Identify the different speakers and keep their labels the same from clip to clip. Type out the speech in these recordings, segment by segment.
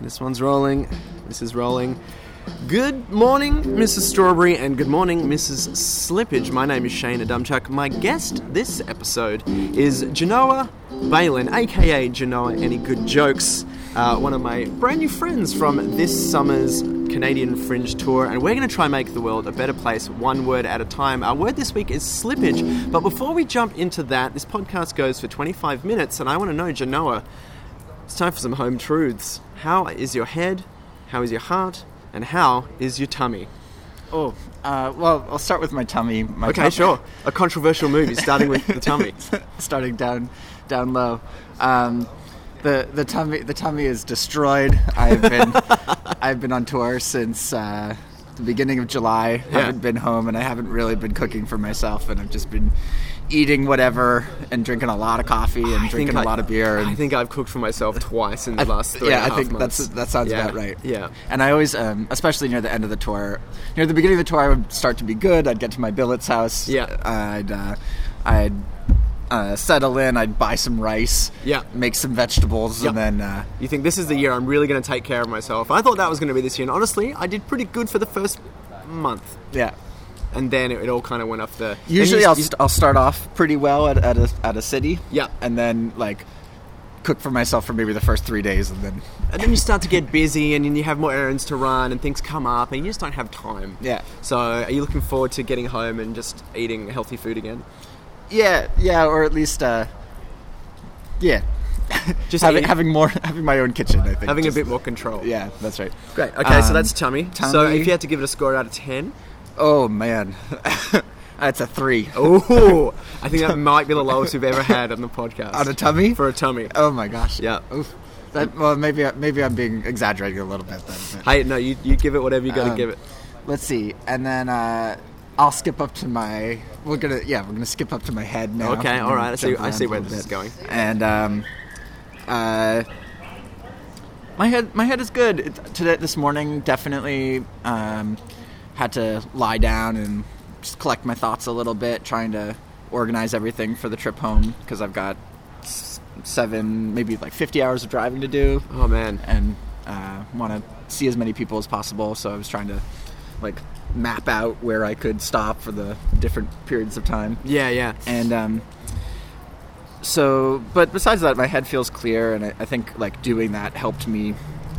Speaker 1: This one's rolling. This is rolling. Good morning, Mrs. Strawberry, and good morning, Mrs. Slippage. My name is Shana Dumchuck. My guest this episode is Genoa Balin, aka Genoa Any Good Jokes, uh, one of my brand new friends from this summer's Canadian Fringe Tour, and we're going to try and make the world a better place one word at a time. Our word this week is slippage, but before we jump into that, this podcast goes for 25 minutes, and I want to know, Genoa, it's time for some home truths. How is your head? How is your heart? And how is your tummy?
Speaker 2: Oh, uh, well, I'll start with my tummy. My
Speaker 1: Okay,
Speaker 2: tummy-
Speaker 1: sure. A controversial movie, starting with the tummy.
Speaker 2: Starting down, down low. Um, the the tummy the tummy is destroyed. I've been I've been on tour since uh, the beginning of July.
Speaker 1: Yeah.
Speaker 2: Haven't been home, and I haven't really been cooking for myself. And I've just been eating whatever and drinking a lot of coffee and drinking a
Speaker 1: a
Speaker 2: lot of beer. And
Speaker 1: I think I've cooked for myself twice in the last three and
Speaker 2: yeah,
Speaker 1: a
Speaker 2: I
Speaker 1: half
Speaker 2: think
Speaker 1: months.
Speaker 2: that's that sounds
Speaker 1: Yeah,
Speaker 2: about right.
Speaker 1: Yeah.
Speaker 2: and I always, um, especially near the end of the tour, near the beginning of the tour, I would start to be good. I'd get to my billet's house.
Speaker 1: Yeah.
Speaker 2: I'd uh, I'd uh, settle in. I'd buy some rice.
Speaker 1: Yeah.
Speaker 2: make some vegetables,
Speaker 1: Yep.
Speaker 2: and then uh,
Speaker 1: You think this is the year I'm really going to take care of myself. I thought that was going to be this year, and honestly, I did pretty good for the first month.
Speaker 2: yeah.
Speaker 1: And then it, it all kind of went off the. then you-
Speaker 2: Usually, I'll
Speaker 1: you-
Speaker 2: st- I'll start off pretty well at, at a at a city.
Speaker 1: Yeah.
Speaker 2: and then like cook for myself for maybe the first three days, and then
Speaker 1: And then you start to get busy, and then you have more errands to run, and things come up, and you just don't have time.
Speaker 2: Yeah.
Speaker 1: So, are you looking forward to getting home and just eating healthy food again?
Speaker 2: yeah, yeah, or at least uh, yeah,
Speaker 1: Just
Speaker 2: having
Speaker 1: eat-
Speaker 2: having more having my own kitchen. I think
Speaker 1: having a
Speaker 2: just-
Speaker 1: bit more control.
Speaker 2: Yeah, that's right.
Speaker 1: Great. Okay, so
Speaker 2: Um,
Speaker 1: that's tummy. So,
Speaker 2: tummy.
Speaker 1: if you had to give it a score out of ten,
Speaker 2: Oh man, that's a three
Speaker 1: oh, I think that might be the lowest we've ever had on the podcast
Speaker 2: on a tummy.
Speaker 1: for a tummy.
Speaker 2: oh my gosh.
Speaker 1: Yeah.
Speaker 2: Oof. That, well, maybe I- maybe I'm being exaggerating a little bit then. but-
Speaker 1: Hey, no, you, you give it whatever you got to
Speaker 2: Um,
Speaker 1: give it.
Speaker 2: Let's see, and then uh, I'll skip up to my. We're gonna yeah, we're gonna skip up to my head now.
Speaker 1: Okay,
Speaker 2: and
Speaker 1: all right, I see-
Speaker 2: jump
Speaker 1: I see
Speaker 2: around a
Speaker 1: where
Speaker 2: little
Speaker 1: this
Speaker 2: bit.
Speaker 1: is going.
Speaker 2: And um, uh, my head my head is good It- today. This morning, definitely um, had to lie down and just collect my thoughts a little bit, trying to organize everything for the trip home because I've got s- seven, maybe like fifty hours of driving to do
Speaker 1: Oh man,
Speaker 2: and uh, want to see as many people as possible. So I was trying to like map out where I could stop for the different periods of time.
Speaker 1: yeah, yeah.
Speaker 2: And um, so, but besides that, my head feels clear, and I, I think like doing that helped me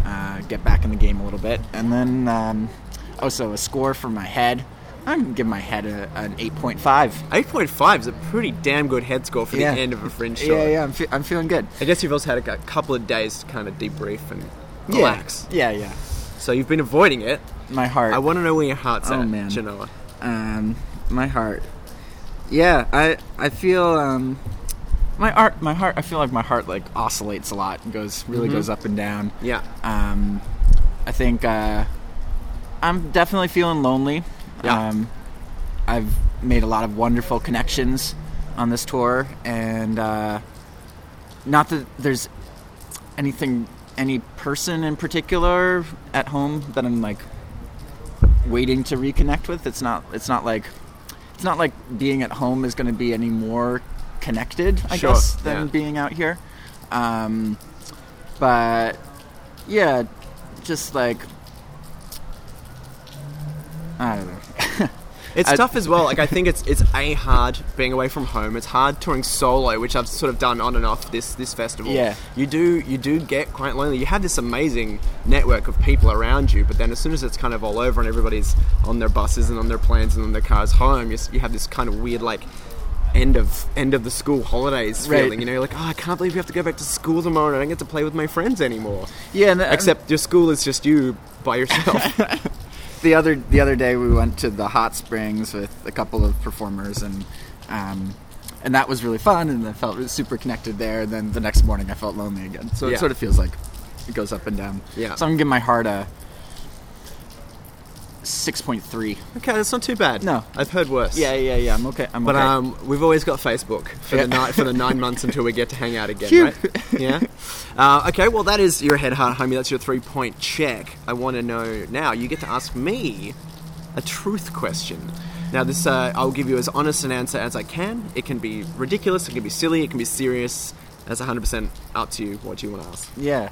Speaker 2: uh, get back in the game a little bit. And then um, also a score for my head. I'm gonna give my head a, an 8.5.
Speaker 1: Eight point five is a pretty damn good head score for the end of a fringe show.
Speaker 2: Yeah, yeah, I'm, fe- I'm feeling good.
Speaker 1: I guess you've also had a, cou- couple of days to kind of debrief and relax.
Speaker 2: Yeah, yeah.
Speaker 1: So you've been avoiding it.
Speaker 2: My heart.
Speaker 1: I want to know where your heart's
Speaker 2: Oh,
Speaker 1: at,
Speaker 2: man.
Speaker 1: Genoa.
Speaker 2: um, my heart. Yeah, I I feel um, my art my heart. I feel like my heart like oscillates a lot and goes really goes up and down.
Speaker 1: Yeah.
Speaker 2: Um, I think uh, I'm definitely feeling lonely.
Speaker 1: Yeah.
Speaker 2: Um, I've made a lot of wonderful connections on this tour, and uh, not that there's anything, any person in particular at home that I'm like waiting to reconnect with. It's not. It's not like. It's not like being at home is going to be any more connected, I
Speaker 1: Sure,
Speaker 2: guess, than
Speaker 1: yeah.
Speaker 2: being out here. Um, but yeah, just like I don't know.
Speaker 1: It's
Speaker 2: I-
Speaker 1: tough as well. Like I think it's it's a hard being away from home. It's hard touring solo, which I've sort of done on and off this this festival.
Speaker 2: Yeah.
Speaker 1: You do you do get quite lonely. You have this amazing network of people around you, but then as soon as it's kind of all over and everybody's on their buses and on their planes and on their cars home, you, s- you have this kind of weird like end of end of the school holidays
Speaker 2: Right.
Speaker 1: feeling. You know, you're like oh, I can't believe we have to go back to school tomorrow. and I don't get to play with my friends anymore.
Speaker 2: Yeah, and
Speaker 1: Except your school is just you by yourself.
Speaker 2: the other the other day we went to the hot springs with a couple of performers and um, and that was really fun and I felt super connected there. And then the next morning I felt lonely again. So
Speaker 1: Yeah.
Speaker 2: it sort of feels like it goes up and down.
Speaker 1: Yeah.
Speaker 2: So I'm gonna give my heart a six point three.
Speaker 1: okay, that's not too bad.
Speaker 2: No.
Speaker 1: I've heard worse.
Speaker 2: Yeah, yeah, yeah. I'm okay. I'm
Speaker 1: But
Speaker 2: okay.
Speaker 1: um, we've always got Facebook for the ni- for the nine months until we get to hang out again,
Speaker 2: Phew.
Speaker 1: right? Yeah. Uh, okay. Well, that is your head heart homie. That's your three point check. I want to know now. You get to ask me a truth question. Now, this uh, I'll give you as honest an answer as I can. It can be ridiculous. It can be silly. It can be serious. That's 100% up to you. What do you want to ask?
Speaker 2: yeah.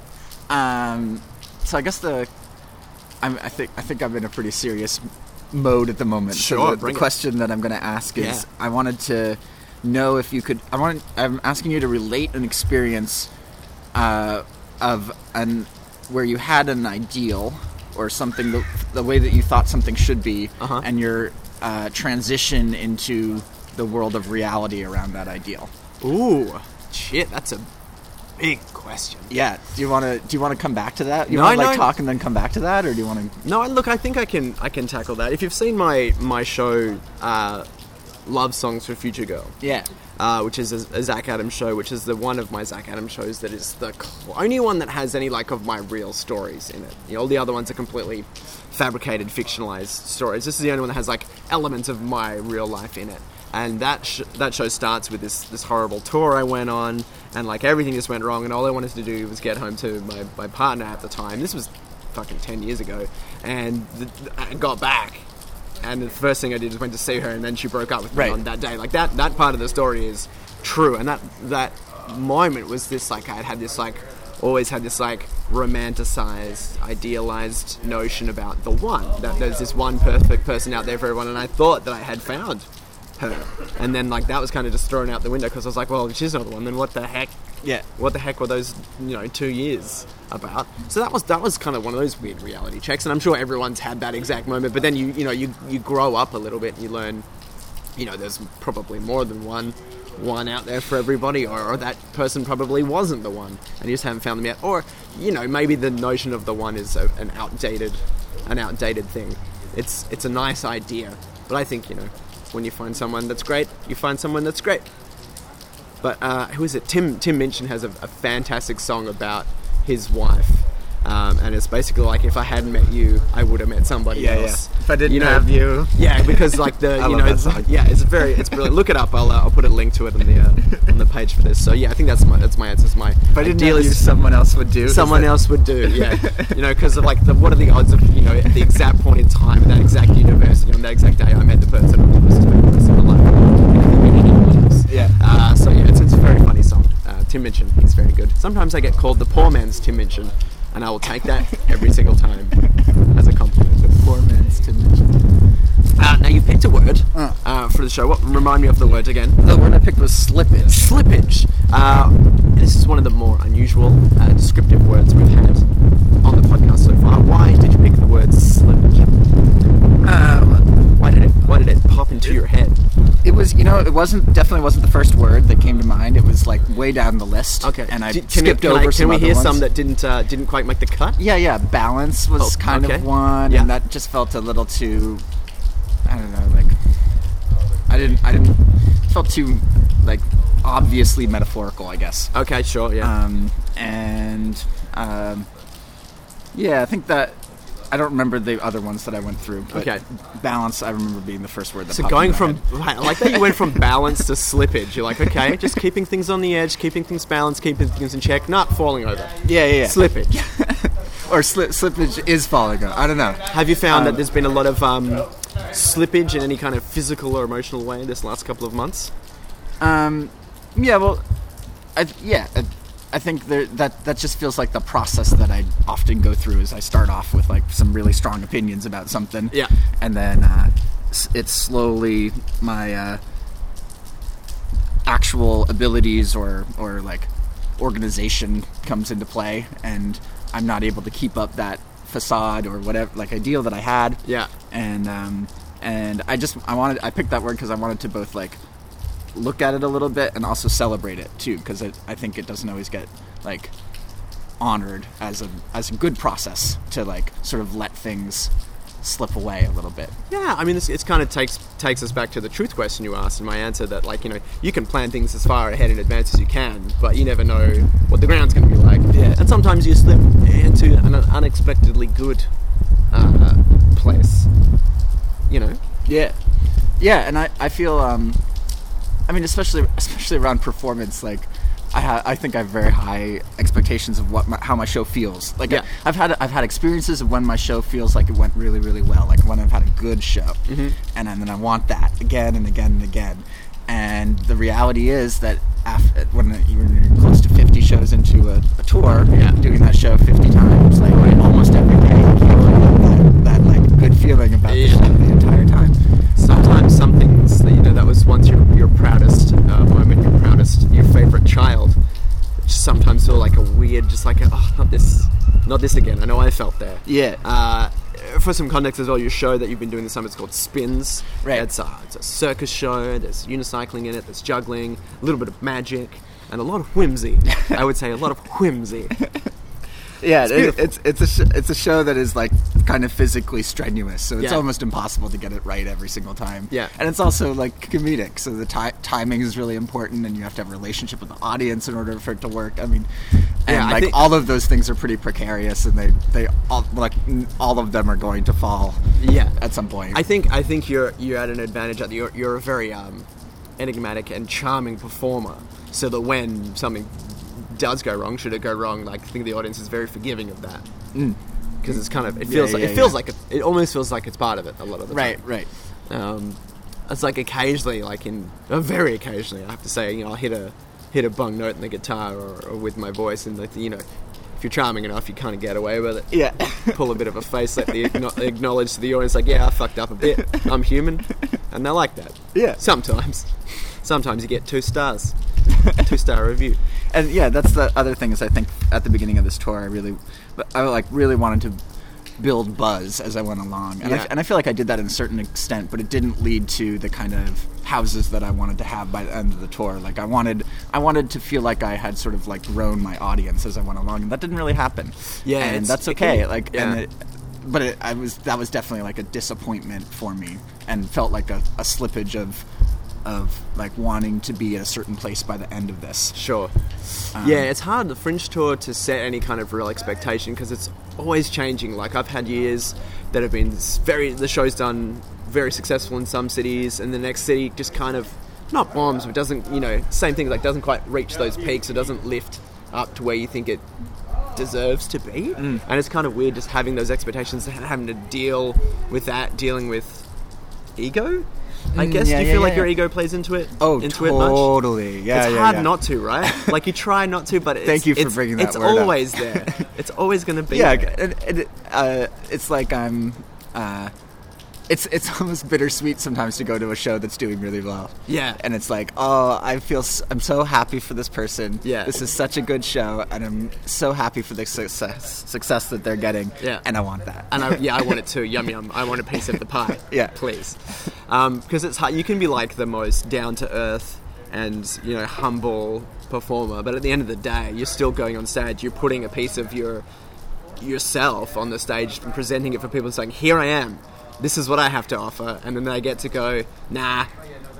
Speaker 2: Um, So I guess the I'm, I think I think I'm in a pretty serious mode at the moment.
Speaker 1: Sure,
Speaker 2: so the,
Speaker 1: bring
Speaker 2: the
Speaker 1: it.
Speaker 2: question that I'm going to ask is
Speaker 1: Yeah.
Speaker 2: I wanted to know if you could I want I'm asking you to relate an experience uh, of an where you had an ideal or something the, the way that you thought something should be
Speaker 1: Uh-huh.
Speaker 2: and your uh, transition into the world of reality around that ideal.
Speaker 1: Ooh, shit, that's a big question.
Speaker 2: Yeah. Do you want to do you want to come back to that? You
Speaker 1: No,
Speaker 2: want to like
Speaker 1: no.
Speaker 2: talk and then come back to that, or do you want to?
Speaker 1: No, I- look, I think I can I can tackle that. If you've seen my my show, uh, Love Songs for Future Girl,
Speaker 2: Yeah.
Speaker 1: uh, which is a, a Zach Adams show, which is the one of my Zach Adams shows that is the cl- only one that has any like of my real stories in it. You know, all the other ones are completely fabricated, fictionalized stories. This is the only one that has like elements of my real life in it. And that sh- that show starts with this this horrible tour I went on, and like everything just went wrong, and all I wanted to do was get home to my, my partner at the time. This was fucking ten years ago, and th- th- I got back, and the first thing I did was went to see her, and then she broke up with me
Speaker 2: Right.
Speaker 1: on that that day. Like that that part of the story is true, and that that moment was this like I'd had this like always had this like romanticized, idealized notion about the one that there's this one perfect person out there for everyone, and I thought that I had found her, and then like that was kind of just thrown out the window because I was like, well, if she's not the one, then what the heck?
Speaker 2: Yeah.
Speaker 1: What the heck were those, you know, two years about? So that was that was kind of one of those weird reality checks, and I'm sure everyone's had that exact moment. But then you you know you you grow up a little bit and you learn you know, there's probably more than one one out there for everybody, or, or that person probably wasn't the one, and you just haven't found them yet. Or, you know, maybe the notion of the one is a, an outdated, an outdated thing. It's it's a nice idea, but I think you know, when you find someone that's great, you find someone that's great. But uh, who is it? Tim Tim Minchin has a, a fantastic song about his wife, um, and it's basically like if I hadn't met you, I would have met somebody
Speaker 2: Yeah, yeah.
Speaker 1: else.
Speaker 2: If I didn't have you.
Speaker 1: yeah, because like the
Speaker 2: I
Speaker 1: you
Speaker 2: love
Speaker 1: know
Speaker 2: that
Speaker 1: it's,
Speaker 2: song.
Speaker 1: yeah, it's very it's brilliant. Look it up. I'll, uh, I'll put a link to it on the uh, on the page for this. So yeah, I think that's my that's my answer. It's my
Speaker 2: If I didn't
Speaker 1: ideal
Speaker 2: deal you,
Speaker 1: is
Speaker 2: someone else would do. is
Speaker 1: someone
Speaker 2: that-
Speaker 1: else would do. Yeah, you know, because of like the what are the odds of you know at the exact point in time, at that exact university, on that exact day, I met the person who was the person in my life. It could have been anyone else.
Speaker 2: Yeah.
Speaker 1: Uh, so yeah, it's, it's a very funny song. Uh, Tim Minchin, he's very good. Sometimes I get called the poor man's Tim Minchin, and I will take that every single time as a compliment.
Speaker 2: Four minutes to
Speaker 1: Uh, now you picked a word
Speaker 2: Uh.
Speaker 1: uh, for the show. What remind me of the word again?
Speaker 2: The one I picked was slippage.
Speaker 1: Slippage. Uh, this is one of the more unusual uh, descriptive words we've had on the podcast so far. Why did you pick the word slippage?
Speaker 2: Um,
Speaker 1: Why did it Why did it pop into your head?
Speaker 2: it was, you know, it wasn't definitely wasn't the first word that came to mind. It was like way down the list. and I
Speaker 1: D- can
Speaker 2: skipped
Speaker 1: we, can
Speaker 2: over
Speaker 1: I, Can
Speaker 2: some
Speaker 1: we
Speaker 2: other
Speaker 1: hear
Speaker 2: ones.
Speaker 1: some that didn't uh, didn't quite make the cut?
Speaker 2: Yeah, yeah. Balance was
Speaker 1: Oh,
Speaker 2: kind
Speaker 1: okay.
Speaker 2: of one,
Speaker 1: Yeah.
Speaker 2: and that just felt a little too. I don't know, like I didn't, I didn't it felt too like obviously metaphorical, I guess.
Speaker 1: Okay, sure. Yeah.
Speaker 2: Um, and um, yeah, I think that I don't remember the other ones that I went through. But
Speaker 1: Okay.
Speaker 2: balance. I remember being the first word that.
Speaker 1: So
Speaker 2: popped
Speaker 1: going
Speaker 2: into my
Speaker 1: from
Speaker 2: head.
Speaker 1: right, I like that you went from balance to slippage. You're like, okay, just keeping things on the edge, keeping things balanced, keeping things in check, not falling over.
Speaker 2: yeah, yeah, yeah.
Speaker 1: Slippage.
Speaker 2: or slip, slippage is falling. Out. I don't know.
Speaker 1: Have you found that there's been a lot of um, slippage in any kind of physical or emotional way this last couple of months?
Speaker 2: Um, yeah, well, I, yeah, I, I think there, that that just feels like the process that I often go through. Is I start off with like some really strong opinions about something,
Speaker 1: Yeah.
Speaker 2: and then uh, s- it's slowly my uh, actual abilities or or like organization comes into play, and I'm not able to keep up that facade or whatever like ideal that I had
Speaker 1: Yeah.
Speaker 2: and um, and I just I wanted I picked that word because I wanted to both like look at it a little bit and also celebrate it too because I think it doesn't always get like honored as a as a good process to like sort of let things slip away a little bit.
Speaker 1: Yeah, I mean, this it's kind of takes takes us back to the truth question you asked and my answer that, like, you know, you can plan things as far ahead in advance as you can, but you never know what the ground's going to be like.
Speaker 2: Yeah.
Speaker 1: And sometimes you slip into an unexpectedly good uh, place, you know?
Speaker 2: Yeah, yeah, and I I feel um, I mean especially especially around performance like. I, ha- I think I have very high expectations of what my, how my show feels. Like
Speaker 1: Yeah.
Speaker 2: I, have had I've had experiences of when my show feels like it went really really well. Like when I've had a good show,
Speaker 1: Mm-hmm.
Speaker 2: and, then I want that again and again and again. And the reality is that after, when you're close to 50 shows into a, a tour,
Speaker 1: Yeah.
Speaker 2: doing that show 50 times, like it almost
Speaker 1: uh, "Oh, not this, not this again. I know I felt there.
Speaker 2: Yeah.
Speaker 1: Uh, for some context as well, your show that you've been doing this summer is called Spins.
Speaker 2: Right.
Speaker 1: It's a, it's a circus show. There's unicycling in it. There's juggling. A little bit of magic. And a lot of whimsy. I would say a lot of whimsy.
Speaker 2: yeah, it-
Speaker 1: beautiful.
Speaker 2: it's it's a sh- it's a show that is like kind of physically strenuous, so it's
Speaker 1: Yeah.
Speaker 2: almost impossible to get it right every single time.
Speaker 1: Yeah.
Speaker 2: and it's also like comedic, so the ti- timing is really important, and you have to have a relationship with the audience in order for it to work. I mean, and
Speaker 1: Yeah, I
Speaker 2: like
Speaker 1: think-
Speaker 2: all of those things are pretty precarious, and they they all like n- all of them are going to fall.
Speaker 1: Yeah.
Speaker 2: at some point.
Speaker 1: I think I think you're you're at an advantage. At the, you're you're a very um, enigmatic and charming performer, so that when something does go wrong, should it go wrong, like I think the audience is very forgiving of that. Because it's kind of it feels
Speaker 2: Mm. yeah,
Speaker 1: like, it
Speaker 2: yeah.
Speaker 1: feels like it, it almost feels like it's part of it a lot of the
Speaker 2: right,
Speaker 1: time.
Speaker 2: right.
Speaker 1: Um, it's like occasionally, like in uh, very occasionally, I have to say, you know, I'll hit a hit a bung note in the guitar or, or with my voice, and like you know, if you're charming enough, you kind of get away with it.
Speaker 2: Yeah.
Speaker 1: pull a bit of a face, let the acknow- acknowledge to the audience, like, yeah, I fucked up a bit. I'm human, and they like that.
Speaker 2: Yeah.
Speaker 1: Sometimes, sometimes you get two stars, two star review.
Speaker 2: and yeah, that's the other thing is I think at the beginning of this tour I really, but I like really wanted to build buzz as I went along, and,
Speaker 1: Yeah.
Speaker 2: I, and I feel like I did that in a certain extent, but it didn't lead to the kind of houses that I wanted to have by the end of the tour. Like I wanted, I wanted to feel like I had sort of like grown my audience as I went along, and that didn't really happen.
Speaker 1: Yeah,
Speaker 2: and
Speaker 1: it's-
Speaker 2: that's
Speaker 1: it
Speaker 2: okay.
Speaker 1: can-
Speaker 2: like,
Speaker 1: yeah.
Speaker 2: and it, but it, I was that was definitely like a disappointment for me, and felt like a, a slippage of. Of like wanting to be at a certain place by the end of this,
Speaker 1: Sure.
Speaker 2: Um,
Speaker 1: yeah, it's hard the fringe tour to set any kind of real expectation because it's always changing. Like I've had years that have been s- very the show's done very successful in some cities, and the next city just kind of not bombs, but doesn't you know same thing like doesn't quite reach those peaks or doesn't lift up to where you think it deserves to be.
Speaker 2: Mm.
Speaker 1: And it's kind of weird just having those expectations and having to deal with that, dealing with ego. I
Speaker 2: Mm,
Speaker 1: guess
Speaker 2: yeah,
Speaker 1: do you
Speaker 2: yeah,
Speaker 1: feel
Speaker 2: yeah,
Speaker 1: like your
Speaker 2: yeah.
Speaker 1: ego plays into it?
Speaker 2: Oh,
Speaker 1: into it much?
Speaker 2: totally. Yeah,
Speaker 1: it's
Speaker 2: yeah,
Speaker 1: hard
Speaker 2: yeah.
Speaker 1: not to, right? Like you try not to, but it's,
Speaker 2: Thank you for
Speaker 1: it's-
Speaker 2: bringing that
Speaker 1: It's
Speaker 2: word up.
Speaker 1: always there. It's always going to be.
Speaker 2: Yeah,
Speaker 1: there.
Speaker 2: and, and, uh, it's like I'm. Uh, it's it's almost bittersweet sometimes to go to a show that's doing really well.
Speaker 1: Yeah.
Speaker 2: and it's like, oh, I feel s- I'm so happy for this person.
Speaker 1: Yeah.
Speaker 2: this is such a good show, and I'm so happy for the success success that they're getting.
Speaker 1: Yeah.
Speaker 2: and I want that.
Speaker 1: And I, yeah, I want it too. Yum yum. I want a piece of the pie.
Speaker 2: Yeah.
Speaker 1: please. Because it's hard. You can be like the most down to earth and you know humble performer, but at the end of the day, you're still going on stage. You're putting a piece of your yourself on the stage and presenting it for people, and saying, "Here I am. This is what I have to offer." And then they get to go, "Nah,"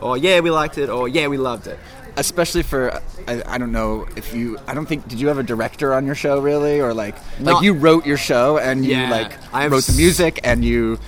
Speaker 1: or "Yeah, we liked it," or "Yeah, we loved it."
Speaker 2: Especially for, I, I don't know if you, I don't think, did you have a director on your show really, or like,
Speaker 1: Not-
Speaker 2: like you wrote your show and you
Speaker 1: Yeah,
Speaker 2: like
Speaker 1: I have
Speaker 2: wrote the
Speaker 1: s-
Speaker 2: music and you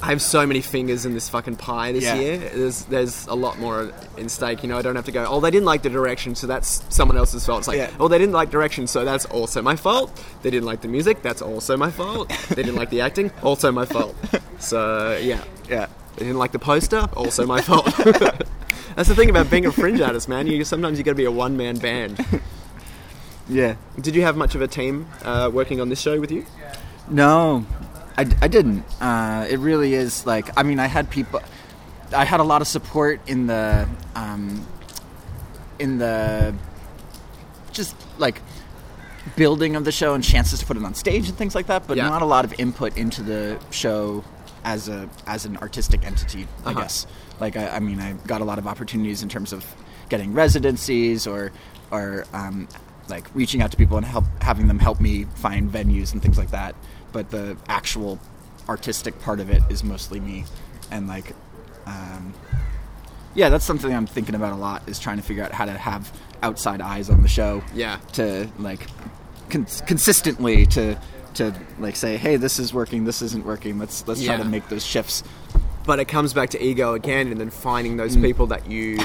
Speaker 1: I have so many fingers in this fucking pie this
Speaker 2: Yeah.
Speaker 1: year. There's there's a lot more in stake. You know, I don't have to go. Oh, they didn't like the direction, so that's someone else's fault. It's like,
Speaker 2: Yeah.
Speaker 1: oh, they didn't like direction, so that's also my fault. They didn't like the music, that's also my fault. they didn't like the acting, also my fault. So yeah,
Speaker 2: yeah.
Speaker 1: they didn't like the poster, also my fault. that's the thing about being a fringe artist, man. You sometimes you got to be a one man band.
Speaker 2: Yeah.
Speaker 1: Did you have much of a team uh, working on this show with you?
Speaker 2: No, I, I didn't. Uh, it really is like I mean I had people, I had a lot of support in the, um, in the, just like building of the show and chances to put it on stage and things like that, but
Speaker 1: Yeah.
Speaker 2: not a lot of input into the show as a as an artistic entity.
Speaker 1: Uh-huh.
Speaker 2: I guess. Like I, I mean I got a lot of opportunities in terms of getting residencies or or um, like reaching out to people and help having them help me find venues and things like that. But the actual artistic part of it is mostly me, and like. Um, yeah, that's something I'm thinking about a lot is trying to figure out how to have outside eyes on the show.
Speaker 1: Yeah.
Speaker 2: To like con- consistently to to like say, "Hey, this is working, this isn't working. Let's let's try
Speaker 1: Yeah.
Speaker 2: to make those shifts."
Speaker 1: but it comes back to ego again and then finding those people that you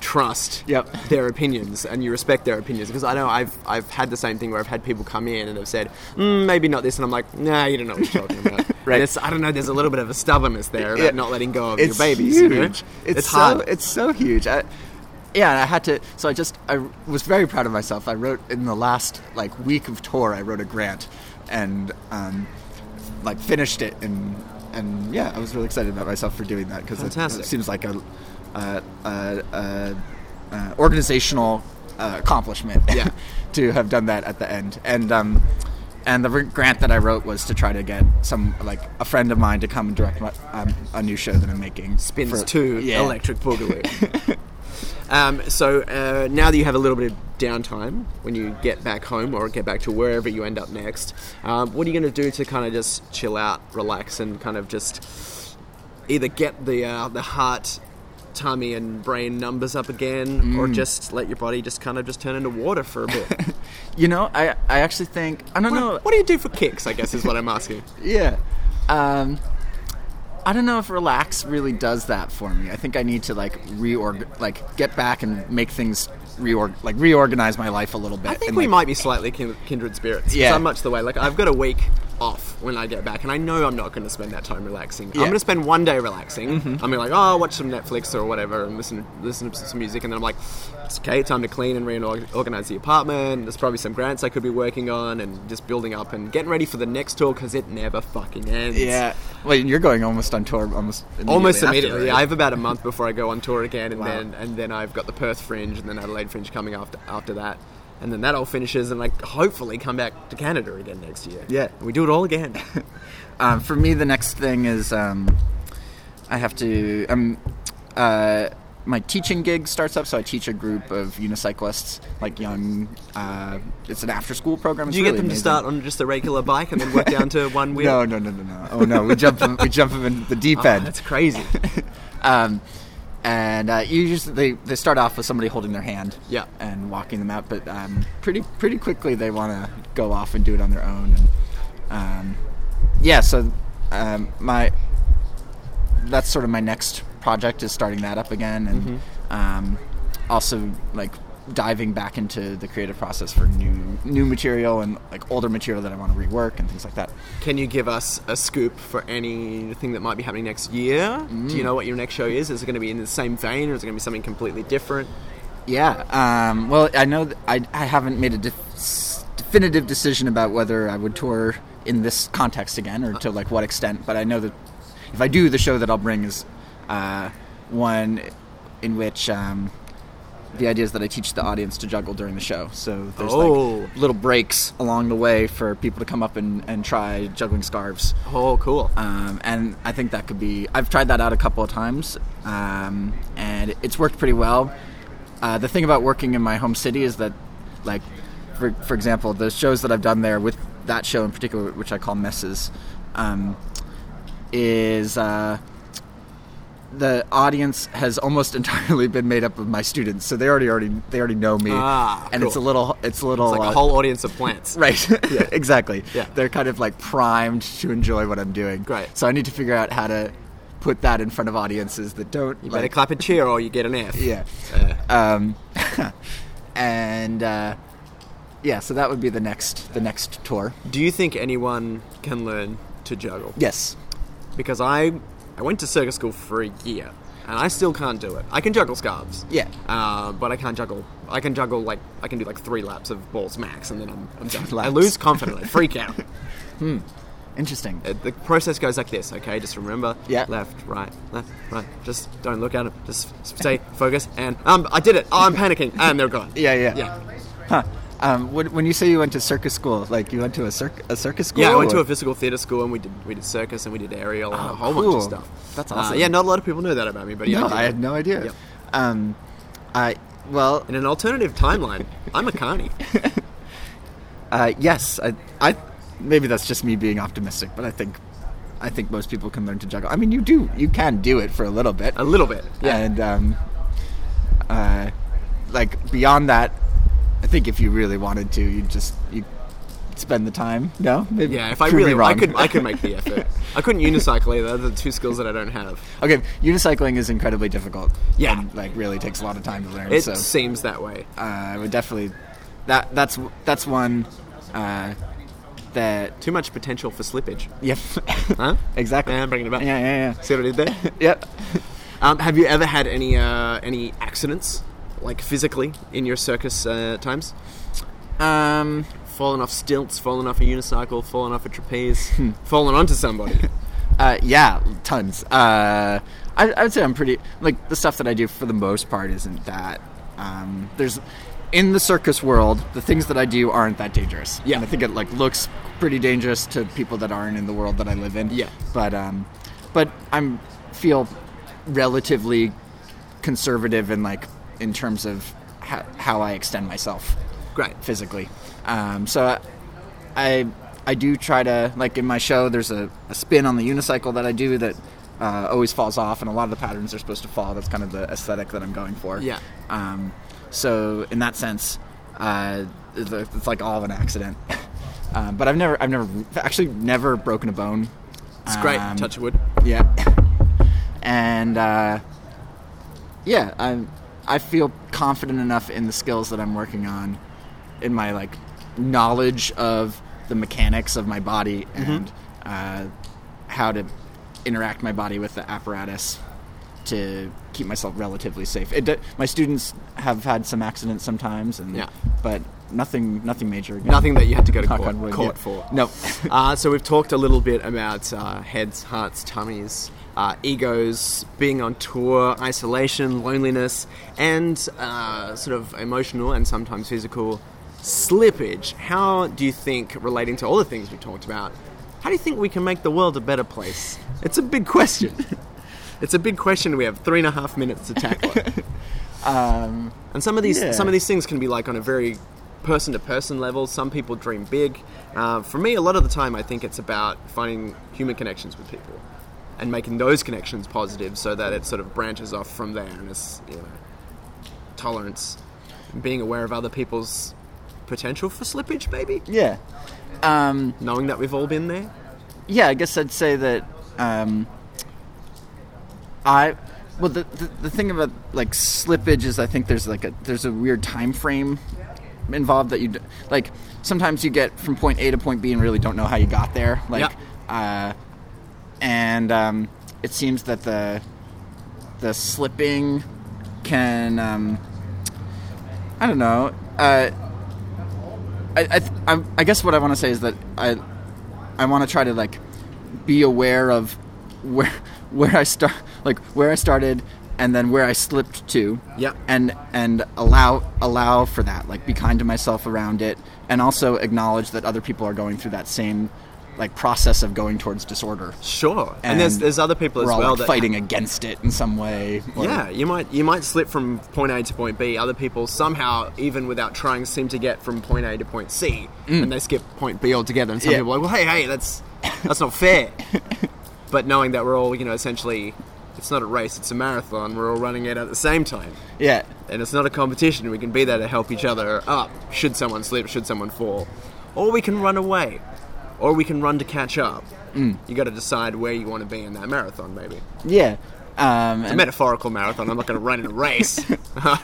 Speaker 1: trust
Speaker 2: Mm. Yep.
Speaker 1: their opinions and you respect their opinions because i know I've, I've had the same thing where i've had people come in and have said mm, maybe not this and i'm like nah you don't know what you're talking about
Speaker 2: Right.
Speaker 1: And it's, i don't know there's a little bit of a stubbornness there about
Speaker 2: Yeah.
Speaker 1: not letting go of
Speaker 2: it's
Speaker 1: your babies you
Speaker 2: Huge.
Speaker 1: know?
Speaker 2: It's, so,
Speaker 1: hard
Speaker 2: It's so huge. I, yeah, and I had to. So I just I was very proud of myself. I wrote in the last like week of tour. I wrote a grant, and um, like finished it and and yeah, I was really excited about myself for doing that because
Speaker 1: Fantastic.
Speaker 2: it seems like a, a, a, a, a organizational uh, accomplishment.
Speaker 1: Yeah.
Speaker 2: to have done that at the end and. Um, and the re- grant that I wrote was to try to get some like a friend of mine to come and direct my, um, a new show that I'm making.
Speaker 1: Spins
Speaker 2: for-
Speaker 1: to
Speaker 2: yeah.
Speaker 1: Electric Boogaloo. um, so uh, now that you have a little bit of downtime when you get back home or get back to wherever you end up next, um, what are you going to do to kind of just chill out, relax, and kind of just either get the uh, the heart, tummy, and brain numbers up again, or
Speaker 2: Mm.
Speaker 1: just let your body just kind of just turn into water for a bit?
Speaker 2: You know, I I actually think I don't know.
Speaker 1: what, what do you do for kicks? I guess is what I'm asking.
Speaker 2: Yeah. Um, I don't know if relax really does that for me. I think I need to like reorg, like get back and make things reorg, like reorganize my life a little bit.
Speaker 1: I think
Speaker 2: and,
Speaker 1: we
Speaker 2: like-
Speaker 1: might be slightly kin- kindred spirits. 'cause
Speaker 2: Yeah.
Speaker 1: I'm much the way. Like I've got a week off when I get back, and I know I'm not going to spend that time relaxing. I'm
Speaker 2: Yeah. Mm-hmm.
Speaker 1: going to spend one day relaxing. I'm gonna like, oh, I'll watch some Netflix or whatever, and listen listen to some music, and then I'm like, it's okay, time to clean and reorganize the apartment. There's probably some grants I could be working on, and just building up and getting ready for the next tour because it never fucking ends.
Speaker 2: Yeah. Well, you're going almost on tour, almost immediately
Speaker 1: Almost
Speaker 2: after,
Speaker 1: immediately.
Speaker 2: right?
Speaker 1: I have about a month before I go on tour again, and
Speaker 2: Wow.
Speaker 1: then and then I've got the Perth Fringe and then Adelaide Fringe coming after after that, and then that all finishes, and I hopefully come back to Canada again next year.
Speaker 2: Yeah.
Speaker 1: and we do it all again.
Speaker 2: Um, for me, the next thing is um, I have to. Um, uh, my teaching gig starts up, so I teach a group of unicyclists, like young. Uh, it's an after-school program. It's
Speaker 1: do you get
Speaker 2: really
Speaker 1: them to
Speaker 2: amazing.
Speaker 1: start on just a regular bike and then work down to one wheel?
Speaker 2: No, no, no, no, no. Oh no, we jump them, we jump them in the deep
Speaker 1: Oh,
Speaker 2: end.
Speaker 1: that's crazy.
Speaker 2: um, and uh, you just they, they start off with somebody holding their hand,
Speaker 1: Yeah.
Speaker 2: and walking them out. But um, pretty pretty quickly they want to go off and do it on their own. And um, yeah, so um, my that's sort of my next project is starting that up again, and
Speaker 1: Mm-hmm.
Speaker 2: um, also like diving back into the creative process for new new material and like older material that I want to rework and things like that.
Speaker 1: Can you give us a scoop for anything that might be happening next year?
Speaker 2: Mm.
Speaker 1: Do you know what your next show is? Is it going to be in the same vein, or is it going to be something completely different?
Speaker 2: Yeah. Um, well, I know th- I, I haven't made a def- definitive decision about whether I would tour in this context again or to like what extent, but I know that if I do, the show that I'll bring is uh, one in which um, the idea is that I teach the audience to juggle during the show. So there's
Speaker 1: Oh.
Speaker 2: like little breaks along the way for people to come up and, and try juggling scarves
Speaker 1: Oh, cool.
Speaker 2: um, and I think that could be. I've tried that out a couple of times, um, and it's worked pretty well. Uh, the thing about working in my home city is that, like, for for example, the shows that I've done there with that show in particular, which I call Messes, um, is. Uh, the audience has almost entirely been made up of my students, so they already already they already know me,
Speaker 1: Ah,
Speaker 2: and it's a
Speaker 1: cool.
Speaker 2: little it's a little
Speaker 1: It's like a
Speaker 2: uh,
Speaker 1: whole audience of plants.
Speaker 2: Right. exactly.
Speaker 1: Yeah.
Speaker 2: They're kind of like primed to enjoy what I'm doing.
Speaker 1: Great.
Speaker 2: So I need to figure out how to put that in front of audiences that don't.
Speaker 1: You better
Speaker 2: like,
Speaker 1: clap and cheer, or you get an F.
Speaker 2: Yeah.
Speaker 1: Uh,
Speaker 2: Um, and uh, yeah, so that would be the next the next tour.
Speaker 1: Do you think anyone can learn to juggle?
Speaker 2: Yes.
Speaker 1: Because I, I went to circus school for a year, and I still can't do it. I can juggle scarves.
Speaker 2: Yeah.
Speaker 1: Uh, but I can't juggle. I can juggle like I can do like three laps of balls max, and then I'm, I'm done. I
Speaker 2: Laps.
Speaker 1: lose confidence. I freak out.
Speaker 2: Interesting.
Speaker 1: Uh, the process goes like this. Okay, just remember.
Speaker 2: Yeah.
Speaker 1: Left, right, left, right. Just don't look at them. Just stay focused. And um, I did it. Oh, I'm panicking. And they're gone.
Speaker 2: yeah. Yeah.
Speaker 1: Yeah.
Speaker 2: Huh. Um, when, when you say you went to circus school, like you went to a, circ- a circus school?
Speaker 1: Yeah, I went to
Speaker 2: or-
Speaker 1: a physical theatre school and we did we did circus and we did aerial and a
Speaker 2: Oh,
Speaker 1: whole
Speaker 2: cool.
Speaker 1: bunch of stuff.
Speaker 2: That's
Speaker 1: Uh,
Speaker 2: awesome.
Speaker 1: yeah, not a lot of people know that about me, but yeah,
Speaker 2: No,
Speaker 1: did
Speaker 2: I
Speaker 1: that.
Speaker 2: had no idea.
Speaker 1: Yep.
Speaker 2: Um, I well,
Speaker 1: In an alternative timeline, I'm a carny.
Speaker 2: Uh, yes, I, I, maybe that's just me being optimistic, but I think, I think most people can learn to juggle. I mean, you do, you can do it for a little bit,
Speaker 1: A little bit. Yeah.
Speaker 2: and um, uh, like beyond that, I think if you really wanted to, you just you spend the time. No, maybe
Speaker 1: yeah, if I
Speaker 2: prove me
Speaker 1: really
Speaker 2: wrong.
Speaker 1: I could I could make the effort. I couldn't unicycle either, they're the two skills that I don't have.
Speaker 2: okay, unicycling is incredibly difficult.
Speaker 1: Yeah.
Speaker 2: and, like really takes a lot of time to learn.
Speaker 1: It
Speaker 2: so
Speaker 1: seems that way.
Speaker 2: uh, I would definitely that that's that's one uh, that
Speaker 1: Too much potential for slippage.
Speaker 2: yep.
Speaker 1: Huh?
Speaker 2: Exactly.
Speaker 1: Yeah, I'm bringing it back.
Speaker 2: Yeah, yeah, yeah.
Speaker 1: See what I did there?
Speaker 2: Yep.
Speaker 1: Um, have you ever had any uh, any accidents, like physically, in your circus uh, times?
Speaker 2: Um,
Speaker 1: Fallen off stilts, fallen off a unicycle, fallen off a trapeze,
Speaker 2: Hmm.
Speaker 1: fallen onto somebody.
Speaker 2: uh, yeah, tons. Uh, I, I would say I'm pretty like the stuff that I do for the most part isn't that. Um, there's in the circus world, the things that I do aren't that dangerous.
Speaker 1: Yeah.
Speaker 2: and I think it like looks pretty dangerous to people that aren't in the world that I live in.
Speaker 1: Yeah.
Speaker 2: but um, but I'm feel relatively conservative in like in terms of how, how I extend myself
Speaker 1: Great.
Speaker 2: physically. Um, so I I do try to like in my show. There's a, a spin on the unicycle that I do that uh, always falls off, and a lot of the patterns are supposed to fall. That's kind of the aesthetic that I'm going for.
Speaker 1: Yeah.
Speaker 2: Um, so in that sense, uh, it's it's like all of an accident. Um, but I've never I've never actually never broken a bone.
Speaker 1: It's great.
Speaker 2: Um,
Speaker 1: Touch wood.
Speaker 2: yeah. And uh, yeah, I I feel confident enough in the skills that I'm working on, in my like knowledge of the mechanics of my body
Speaker 1: Mm-hmm.
Speaker 2: and uh, how to interact my body with the apparatus to keep myself relatively safe. It, d- my students have had some accidents sometimes, and
Speaker 1: Yeah.
Speaker 2: but nothing nothing major. Again.
Speaker 1: Nothing that you had to go to
Speaker 2: Knock
Speaker 1: court,
Speaker 2: on wood,
Speaker 1: court
Speaker 2: yeah.
Speaker 1: for.
Speaker 2: No.
Speaker 1: uh, so we've talked a little bit about uh, heads, hearts, tummies, uh, egos, being on tour, isolation, loneliness, and uh, sort of emotional and sometimes physical slippage. How do you think, relating to all the things we talked about, how do you think we can make the world a better place? It's a big question. it's a big question. We have three and a half minutes to tackle. it.
Speaker 2: Um,
Speaker 1: And some of these
Speaker 2: Yeah.
Speaker 1: some of these things can be like on a very person to person level. Some people dream big. Uh, for me, a lot of the time, I think it's about finding human connections with people and making those connections positive, so that it sort of branches off from there. And it's you know tolerance, being aware of other people's potential for slippage, maybe
Speaker 2: yeah. Um,
Speaker 1: knowing that we've all been there.
Speaker 2: yeah, I guess I'd say that um, I well the, the the thing about like slippage is I think there's like a there's a weird time frame involved that you d- like sometimes you get from point A to point B and really don't know how you got there like uh, and um, it seems that the the slipping can um, I don't know uh, I, I, th- I I guess what I want to say is that I I want to try to like be aware of where where I start, like where I started, and then where I slipped to.
Speaker 1: Yep.
Speaker 2: And and allow allow for that. Like be kind to myself around it, and also acknowledge that other people are going through that same like process of going towards disorder.
Speaker 1: Sure, and, there's there's other people as
Speaker 2: we're all,
Speaker 1: well
Speaker 2: like,
Speaker 1: that
Speaker 2: fighting against it in some way. or-
Speaker 1: yeah, you might you might slip from point A to point B. Other people somehow, even without trying, seem to get from point A to point C, and they skip point B altogether. And some
Speaker 2: Yeah.
Speaker 1: people are like, well, hey, hey, that's that's not fair. but knowing that we're all, you know, essentially, it's not a race; it's a marathon. We're all running it at the same time,
Speaker 2: Yeah.
Speaker 1: and it's not a competition. We can be there to help each other up. Should someone slip? Should someone fall? Or we can run away, or we can run to catch up. You got to decide where you want to be in that marathon, maybe
Speaker 2: Yeah. Um, and-
Speaker 1: metaphorical marathon. I'm not going to run in a race.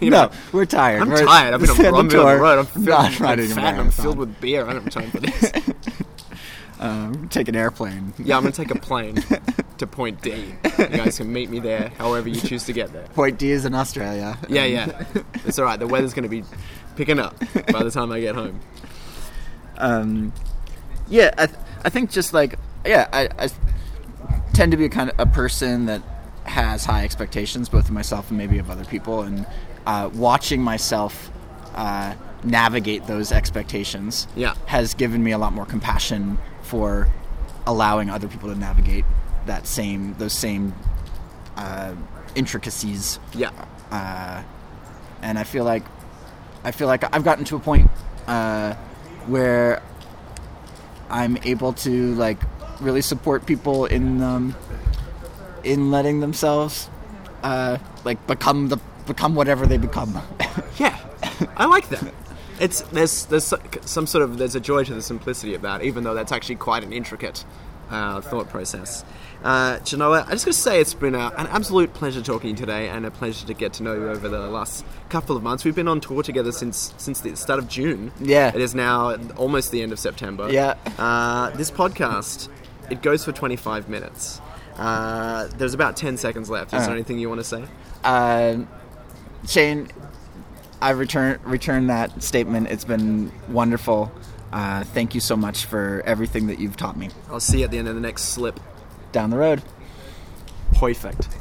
Speaker 1: You
Speaker 2: no,
Speaker 1: know,
Speaker 2: we're tired.
Speaker 1: I'm
Speaker 2: We're-
Speaker 1: tired. I've been on,
Speaker 2: we're
Speaker 1: I'm been on the road. I'm filled,
Speaker 2: not
Speaker 1: I'm
Speaker 2: riding a
Speaker 1: fat and I'm
Speaker 2: marathon.
Speaker 1: filled with beer. I don't have time for this.
Speaker 2: Um, take an airplane.
Speaker 1: yeah, I'm going to take a plane to point D. You guys can meet me there, however you choose to get there.
Speaker 2: Point D is in Australia.
Speaker 1: Yeah, yeah. It's all right. The weather's going to be picking up by the time I get home.
Speaker 2: um, yeah, I, th- I think just like yeah, I, I tend to be a kind of a person that has high expectations, both of myself and maybe of other people, and uh, watching myself uh, navigate those expectations
Speaker 1: Yeah.
Speaker 2: has given me a lot more compassion for allowing other people to navigate that same those same uh, intricacies
Speaker 1: Yeah.
Speaker 2: and I feel like I feel like I've gotten to a point uh, where I'm able to like really support people in um, in letting themselves uh, like become the become whatever they become.
Speaker 1: Yeah. I like that. It's there's there's so- some sort of there's a joy to the simplicity of that, even though that's actually quite an intricate uh, thought process. Uh, Genoa, I just got to say it's been a, an absolute pleasure talking today, and a pleasure to get to know you over the last couple of months. We've been on tour together since since the start of June.
Speaker 2: Yeah.
Speaker 1: it is now almost the end of September.
Speaker 2: Yeah.
Speaker 1: uh, this podcast it goes for 25 minutes. Uh, there's about 10 seconds left. Is there
Speaker 2: Uh.
Speaker 1: anything you want to say?
Speaker 2: uh, Shane, I return return that statement. It's been wonderful. Uh, thank you so much for everything that you've taught me.
Speaker 1: I'll see you at the end of the next slip.
Speaker 2: Down the road.
Speaker 1: Perfect.